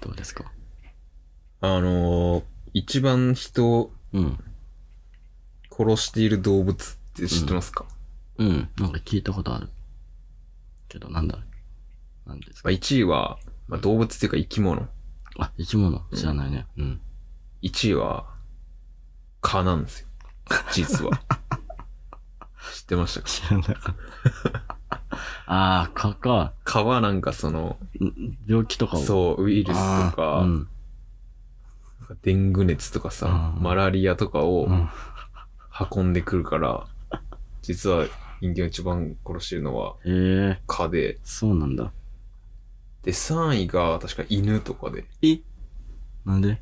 B: どうですか
A: あのー、一番人を
B: うん。
A: 殺している動物って知ってますか、
B: うん。なんか聞いたことある。けど、なんだなんです
A: ま
B: か
A: あ、1位は、まあ、動物っていうか生き物。
B: あ、生き物知らないね。うん。
A: 1位は、蚊なんですよ。実 は。知ってましたか
B: 知らなかった。 ああ、蚊か。
A: 蚊はなんかその、
B: ん病気とかを。
A: そう、ウイルスとか、
B: あーうん。
A: デング熱とかさ、
B: うん
A: マラリアとかを
B: うん
A: 運んでくるから、実は人間を一番殺してるのは
B: ええ
A: 蚊で、
B: そうなんだ。
A: で、3位が確か犬とかで、
B: えなんで
A: だ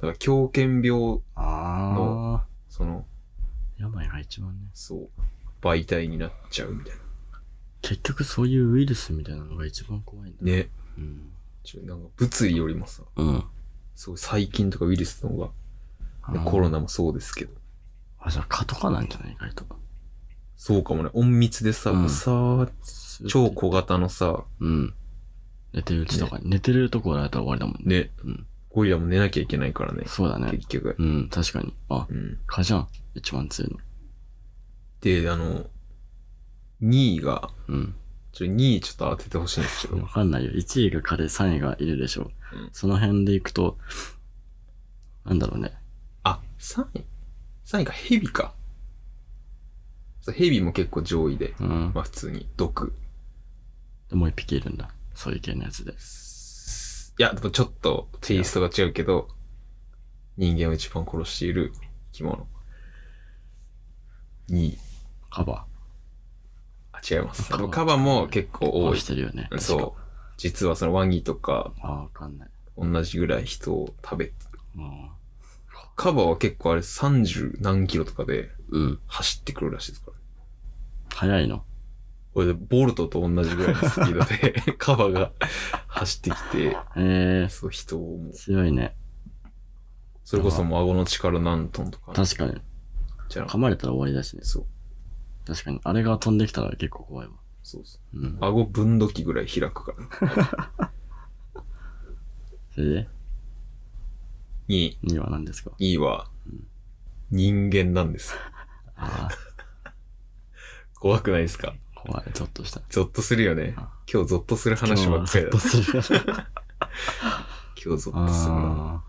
A: から狂犬病、
B: ああ。
A: その、
B: 病が一番ね。
A: そう、媒体になっちゃうみたい
B: 結局そういうウイルスみたいなのが一番怖いんだ。
A: な。。ね、
B: うん。
A: ちょなんか物理よりもさ、
B: うん。
A: すごい細菌とかウイルスの方
B: あ
A: が、
B: ー
A: ね、コロナもそうですけど、
B: あ、じゃあ蚊とかなんじゃない意外と。
A: そうかもね、隠密でさ、
B: うん
A: もうさー超小型のさ、
B: うん。寝てるうちとか、寝てるとこやられたら終わりだもんね。
A: ね、
B: うん
A: ゴリラも寝なきゃいけないからね、
B: そうだね。
A: 結局。
B: うん、確かに。あ、
A: うん。
B: 蚊じゃん。一番強いの。
A: で、あの、2位が、
B: うん。
A: ちょ、2位ちょっと当ててほしいんですけ
B: わ
A: ど、
B: かんないよ。1位が彼、3位がいるでしょう。
A: うん
B: その辺でいくと、なんだろうね。
A: あ、 3位 ?3 位がヘビか。そうヘビも結構上位で。
B: うん。
A: まあ普通に毒。
B: でもう一匹いるんだ。そういう系のやつで。
A: いや、でもちょっとテイストが違うけど、人間を一番殺している生き物。2位。
B: カバ
A: あ、違います。
B: カバ
A: カバも結構
B: ー。
A: 多い
B: し。てるよね。
A: そう。実はそのワニとか
B: う。ああ、わかんない。
A: 同じぐらい人を食べ、
B: うん。
A: カバは結構あれ30何キロとかで
B: うん。
A: 走ってくるらしいですから。
B: 早いの。
A: これでボルトと同じぐらいのスピー ドでカバが走ってき
B: へえ
A: て、そう人をもう、
B: 強いね。
A: それこそもう顎の力何トンとか、
B: 確かに。
A: じゃあ
B: 噛まれたら終わりだしね。
A: そう。
B: 確かに。あれが飛んできたら結構怖いわ。
A: そうそう。
B: うん。
A: 顎分度器ぐらい開くから、ね。
B: それで、
A: 2位、
B: 2位は何ですか
A: 2位は
B: うん、
A: 人間なんですよ。
B: あ
A: 怖くないですか
B: あ、怖い。ゾッとした。
A: ゾッとするよね。今日ゾッとする話ばっかりだ
B: 今。日はゾッとす る。
A: 今日ゾッとするな。
B: ああ。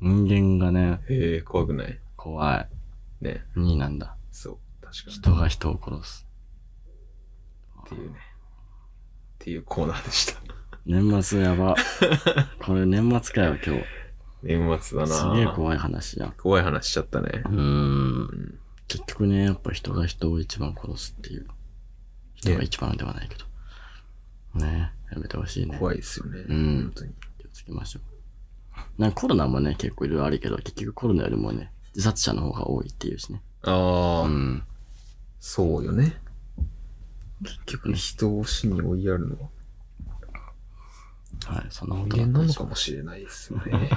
B: 人間がね、
A: へえ、怖くない
B: 怖い。
A: ね。
B: 2位なんだ。
A: そう、確かに。
B: 人が人を殺す。
A: っていうね。っていうコーナーでした。
B: 年末やば。これ年末かよ、今日。
A: 年末だな
B: すげえ怖い話やん。
A: 怖い話しちゃったね
B: う。ーん。
A: ん。
B: 結局ね、やっぱ人が人を一番殺すっていう。人が一番ではないけど。ねやめてほしいね。
A: 怖いですよね。
B: うん
A: 本当に。
B: 気をつけましょう。なんかコロナもね、結構いろいろあるけど、結局コロナよりもね、自殺者の方が多いっていうしね。
A: ああ、
B: うん。
A: そうよね。
B: 結局ね、
A: 人を死に追いやるのは
B: はい、そんなこと
A: 人間な
B: で
A: の
B: し
A: か
B: ょう
A: もしれないですよ ね。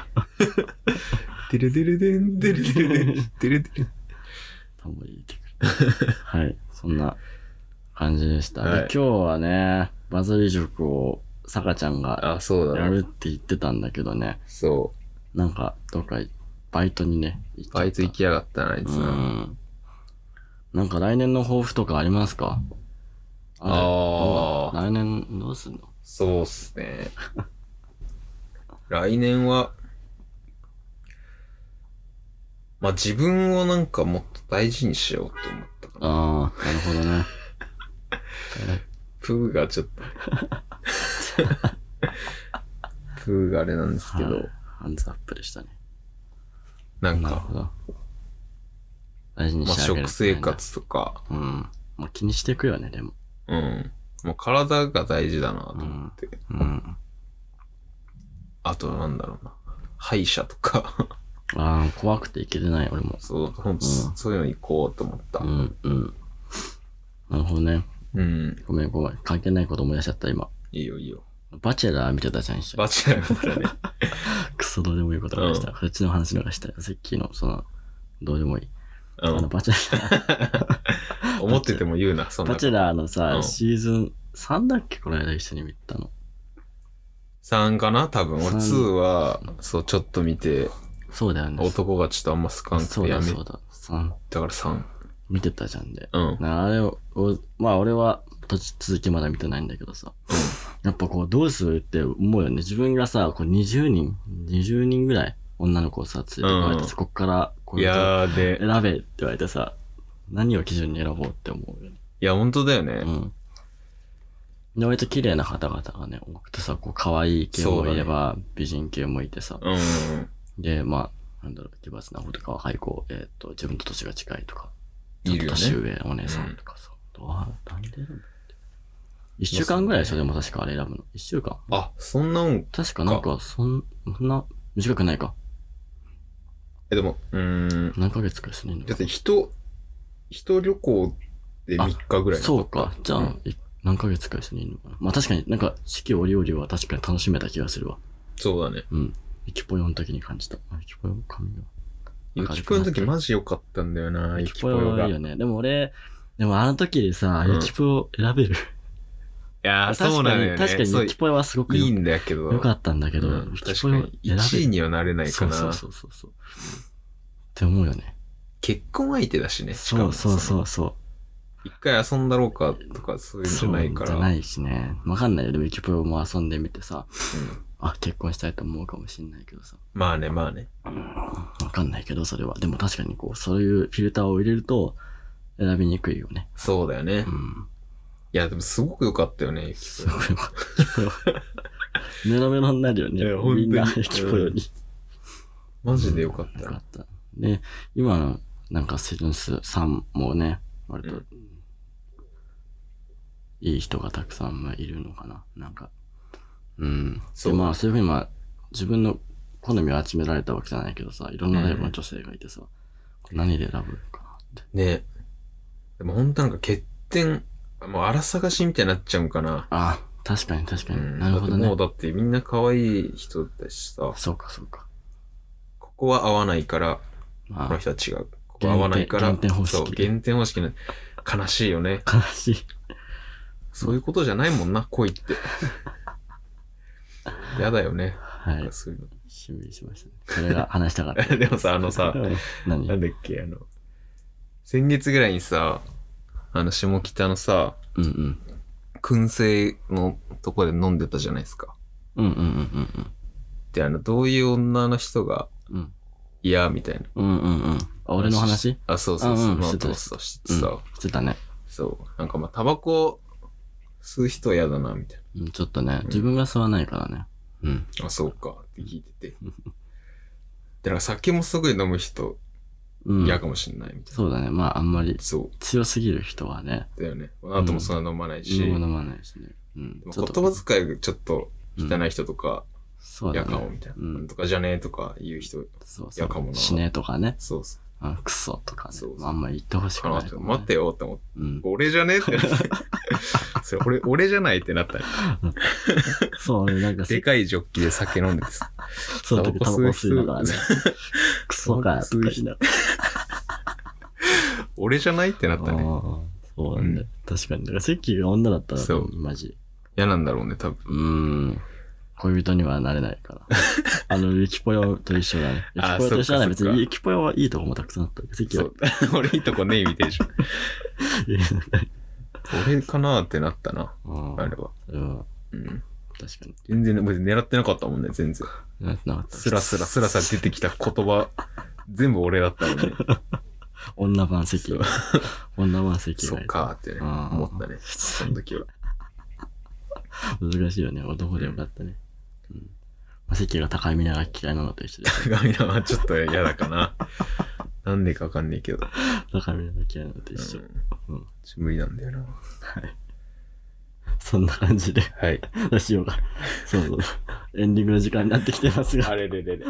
A: てるてるでん、てるてるでん、てるてる。
B: タモリ出て くる。はい、そんな感じでした。
A: はい
B: で、今日はね、バズり塾をさかちゃんが
A: あ、そうだ
B: や
A: な。
B: るって言ってたんだけどね、
A: そ
B: なんかどっかバイトにね、行っちゃ
A: う。
B: った
A: バイト行きやがったな、あいつ
B: う
A: な。
B: ん。なんか来年の抱負とかありますかれ
A: あー
B: どうだ来年どうすんの
A: そうっすね。 来年は、まあ自分をなんかもっと大事にしようと思ったかな。
B: ああ、なるほどね。
A: プーがちょっ と。プーがあれなんですけど、
B: はい ハンズアップでしたね。
A: なん
B: なる
A: か、
B: ほど。大事に
A: まあ、
B: してあげる
A: 食生。活とか、
B: うん。まあ、気にしていくよね、でも。
A: うん。もう体が大事だなと思って。
B: うん。
A: あとなんだろうな。歯医者とか、
B: ああ、怖くていけてない、俺も。
A: そう、ほんと、
B: うん
A: そういうの行こうと思った。
B: う
A: うん。
B: ん、うん。なるほどね。ごめん、ごめん。関係ないこと思い出しちゃった、今。
A: いいよいいよ。
B: バチェラー見てたじゃん、一緒に
A: バチェラーだからね。
B: クソどうでもいいこと思い出した。こっちの話のがしたよ。さっきの、その、どうでもいい。
A: う
B: あの、
A: ん。
B: バチェラ
A: 思ってても言うな、そ
B: ー、
A: んな
B: バ。チェラーのさ、
A: うん
B: シーズン3だっけこの間一緒に見たの。
A: 3かな多分。俺
B: 三
A: 2は、そう、ちょっと見て、
B: そうだよね。
A: 男がちょっとあんま好かんく
B: そう
A: てや
B: だ、
A: め
B: そうだ。3。
A: たから3。
B: 見てたじゃんで。
A: うん。
B: なあれを、おまあ俺は途中続きまだ見てないんだけどさ。やっぱこうどうするって思うよね。自分がさ、こう20人、20人ぐらい女の子をさ、ついてこられてさ、
A: うん
B: こっからこう
A: い
B: いうと
A: やーで、
B: 選べって言われてさ、何を基準に選ぼうって思うよね。
A: いや、本当だよね。
B: うん。で、割と綺麗な方々がね、多くてさ、こう可愛い系もいれば、美人系もいてさ、
A: うんうん
B: で、まあ、なんだろう、奇抜な子とか若い子、えーっと、自分と年が近いとか、
A: うん。いるよ
B: ちょっと
A: ね。
B: 年上のお姉さんとかさ、どう何で選ぶの一週間ぐらいでしょ、でも確かあれ選ぶの。一週間
A: あ、そんなもん、
B: 確かなんか、そんそんな、短くないか。
A: え、でも、うーん。
B: 何ヶ月かしてないの
A: だ
B: か
A: って、人、人旅行で3日ぐらい。
B: そううか。じゃあ、
A: うん
B: い何ヶ月かしてないのかな。まあ確かになんか、四季折々は確かに楽しめた気がするわ。
A: そうだね。
B: うん。イキポヨの時に感じた。あイキポヨ、髪が。
A: ゆきぽよの時マジ良かったんだよな、
B: イ
A: ゆ
B: キ
A: き
B: ポ
A: ぽよ
B: ヨ
A: が。
B: いい
A: い
B: よね。でも俺、でもあの時でさ、
A: うん
B: イキポヨ選べる。
A: や
B: 確
A: ー、
B: かに
A: そうなのよね。
B: 確か
A: そう
B: にイキポヨはすごく
A: いい
B: よ
A: んだけど。
B: よかったんだけど、
A: うん
B: イ
A: 確
B: キ
A: か
B: ポヨ
A: に、1位にはなれないかな。
B: そうそうそうそう。って思うよね。
A: 結婚相手だしね。し
B: そ
A: かも
B: うそう
A: その
B: そうそ
A: 一回遊んだろうかとかそう
B: う。
A: いうのじゃないか
B: そ
A: ら。
B: うじゃないしね。わかんないよ。でも、イキプロも遊んでみてさ、
A: うん
B: あ、結婚したいと思うかもしんないけどさ。
A: まあね、まあね。
B: わかんないけど、それは。でも確かにこう、そういうフィルターを入れると、選びにくいよね。
A: そうだよね
B: う。ん。
A: いや、でもすごく良かったよね、ゆき
B: す
A: ぽ
B: ご
A: よ
B: いわ。 メロメロになるよ
A: いや
B: ね。
A: 本当
B: み
A: に
B: んな、駅ぽよに。
A: マジで良かっ
B: よ
A: た。
B: かった。で、今の、なんか、セブンスさんもね、割
A: う
B: と、いい人がたくさんまあいるのかな。なんか、うん。
A: そ
B: で、
A: う
B: まあ、そういうふうに、まあ、自分の好みを集められたわけじゃないけどさ、いろんなタイプの女性がいてさ、何で選ぶかなって。
A: ねでも本当なんか欠点、もう荒探しみたいになっちゃうんかな。
B: あ、確かに確か
A: う
B: に。
A: ん
B: なるほど
A: だっても
B: ね
A: う。だってみんな可愛い人だしさ、
B: そうか、そうか。
A: ここは合わないから、
B: ま
A: この
B: あ、
A: 人は違う。ここは合わないから、
B: 減点減点方式
A: そう、減点方式な悲しいよね。
B: 悲しい。
A: そういうことじゃないもんな、恋って。やだよね。
B: は
A: ないんか。そういうの
B: しびりしましたね。それが話したかった。
A: でもさあのさ
B: 何
A: なんだっけ、あの、先月ぐらいにさ、あの、下北のさ、
B: うんうん。
A: 燻製のとこで飲んでたじゃないですか。
B: うんうんうんうん
A: で、あの、どういう女の人が
B: うん。うん
A: 嫌みたいな。
B: うんうんうん。あ、俺の話
A: あ、そうそうそう。
B: うんうん
A: ま
B: し
A: あ
B: てた
A: そうそうして
B: うん
A: さ、。
B: してたね。
A: そう。なんかまあ、タバコ吸う人は嫌だな、みたい
B: うん、ちょっとね
A: う、ん
B: 自分が吸わないからね。うん。
A: な。あ、そうか、って聞い てて。で、なんか酒もすごい飲む人
B: うん。
A: 嫌かもしんない、みたいな。
B: そうだね。まあ、あんまり
A: そ
B: 強すぎる人はね、
A: う。だよね。あともそんな飲まないし、
B: 飲む飲まないしね。うん。
A: 言
B: ちょっと
A: 葉遣いがちょっと
B: うん
A: 汚い人とか、
B: そうだ
A: 嫌かも、
B: ね。
A: みたいな。
B: うん
A: なんとかじゃねえとか言う人、
B: そうそ
A: 嫌か
B: う。
A: もな
B: 死ねとかね。
A: そうそう。
B: あクソとかね
A: そう。そう
B: まああんまり言ってほしく
A: か
B: な
A: ないち
B: か
A: ょっと
B: もね。
A: 待ってよって思って、
B: うん。
A: 俺じゃねえって なって。それ俺、俺じゃないってなったね
B: そう、俺なんか
A: でかいジョッキで酒飲んで てさ。
B: そうだけど、タバコ吸いながらね
A: タ。
B: クソか、とか言いながら。
A: 俺じゃないってなったね。
B: あーそうなんだよ。確かに。だから、セッキーが女だったら
A: そう、
B: マジ。
A: 嫌なんだろうね、多分。
B: うーん。恋人にはなれない から。あの、ゆきぽよと一緒だね。ゆき
A: あ
B: ぽよと一緒だね。
A: そっかそっ
B: 別
A: か
B: にゆきぽよはいいとこもたくさんあったけど。席
A: そ
B: は
A: う。 俺いいとこねえみたいでしょ。俺かなってなったな、
B: うん
A: あれは。
B: それは、
A: うん。
B: 確かに。
A: 全然、別に狙ってなかったもんね、全然。
B: なってなかった。
A: スラスラスラスラ出てきた言葉、全部俺だった のね。
B: 女版席が。女版席
A: そ
B: が
A: っ
B: いる。
A: かーってね、
B: うん
A: 思ったね。その時は。
B: 難しいよね。男でよかったね。うん。まあ、席が高い皆が嫌いなのと 一緒で。
A: 鏡のはちょっと嫌だかな。なんでかわかんねえけど。
B: 高い皆が嫌いなのと一緒。
A: う
B: うんん、
A: 無理なんだよな。
B: そんな感じで、
A: はい。
B: ラジオが。そうそう。エンディングの時間になってきてますが。
A: れれれれ。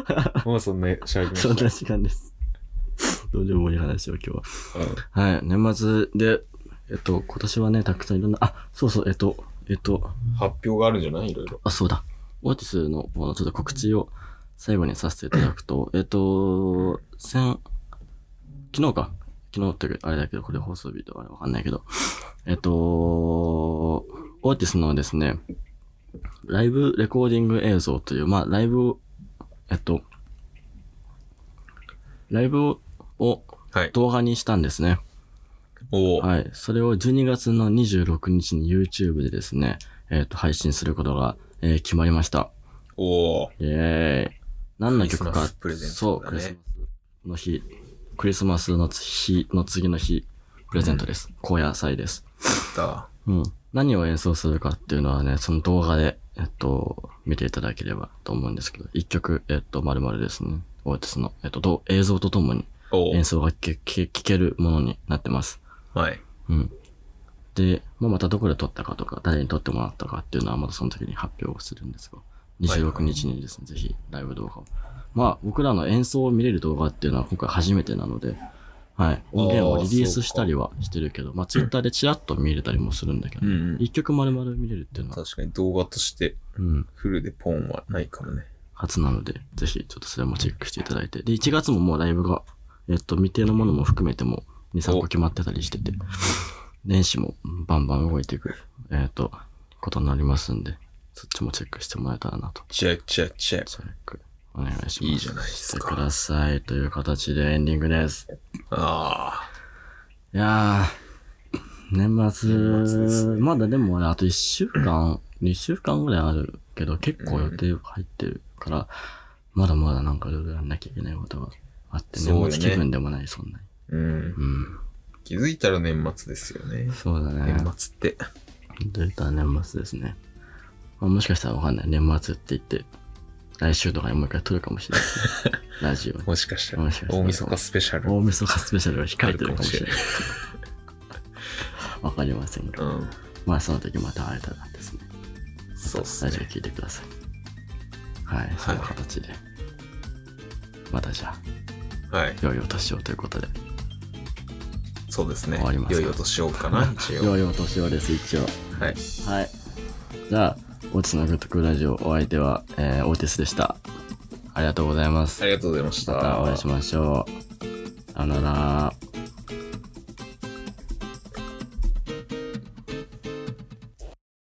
A: もうそんな喋りま
B: そん
A: し
B: な時間です。どうでもいい話を今日は。
A: た。うん
B: はい、年末で、えっと、今年はね、たくさんいろんな、あ、そうそう、えっと、えっと、
A: 発表があるんじゃないいろいろ。
B: あ、そうだ、オーティスの、このちょっと告知を最後にさせていただくと、えっと、先、昨日か、昨日ってあれだけど、これ放送日とあれわかんないけど、えっと、オーティスのですね、ライブレコーディング映像という、まあ、ライブを、えっと、ライブを
A: はい。
B: 動画にしたんですね。
A: おお、
B: はい。それを12月の26日に YouTube でですね、えっ、と、配信することが、えー決まりました。
A: おお
B: イェーイ。何の曲
A: クリスマ
B: か
A: ス、プレゼントだね
B: そう、クリスマスの日、クリスマスの日の次の日、プレゼントです。高野菜です。
A: だ。
B: うん。何を演奏するかっていうのはね、その動画で、えっと、見ていただければと思うんですけど、一曲、えっと、まるまるですね。オーティスの、えっと、どう映像とともに
A: おお
B: 演奏が聴け聴けるものになってます。
A: はい。
B: うん。で、まあ、またどこで撮ったかとか、誰に撮ってもらったかっていうのはまたその時に発表をするんですが、26日にですね、ぜひライブ動画を。まあ、僕らの演奏を見れる動画っていうのは今回初めてなので、はい。音源をリリースしたりはしてるけど、まあ、ツイッターでチラッと見れたりもするんだけど、
A: うんうん
B: 一曲丸々見れるっていうのは、
A: 確かに動画として
B: うん、
A: フルでポンはないかもね。
B: 初なので、ぜひちょっとそれもチェックしていただいて。で、1月ももうライブが、えっと、未定のものも含めても2、3個決まってたりしてて、年始もバンバン動いていく、えっと、ことになりますんで、そっちもチェックしてもらえたらなと。
A: チェックチェックチェック。
B: チェックお願いします。
A: いいじゃないですか
B: してくださいという形でエンディングです。
A: あ
B: いやー、年末、
A: 年末ですね
B: まだでも俺あと1週間、2週間ぐらいあるけど、結構予定入ってるから、まだまだなんかいろいろやんなきゃいけないことがあって、
A: そうよね
B: 年末気分でもない、そんなに。
A: うん。
B: う
A: 気づいたら年末ですよね
B: ん。。そうだね。
A: 年末って。
B: データ年末ですね。まあ、もしかしたらわかんない。年末って言って、来週とかにもう一回撮るかもしれないですね。ラジ オに。
A: もしかしたら
B: もしかしたら
A: 大晦日スペシャル。
B: 大晦日スペシャルが控えてるかも しれない。わかりませんが。
A: うん。
B: まあ、その時また会えたらですね。
A: そうっす
B: ラジオ
A: ね。
B: 聞いてください。はい、そんな形で。またじゃあ、
A: はい。
B: 良いお年をということで。
A: そうですね
B: 終わりま。す
A: 良
B: か
A: いお年をかな、一応。
B: 良いお年をです、一応。
A: はい。
B: はい。じゃあ、オーティスのグッドクーラジオ、お相手は、えーオーティスでした。ありがとうございます
A: あ。りがとうございました。
B: またお会いしましょう。さよなら。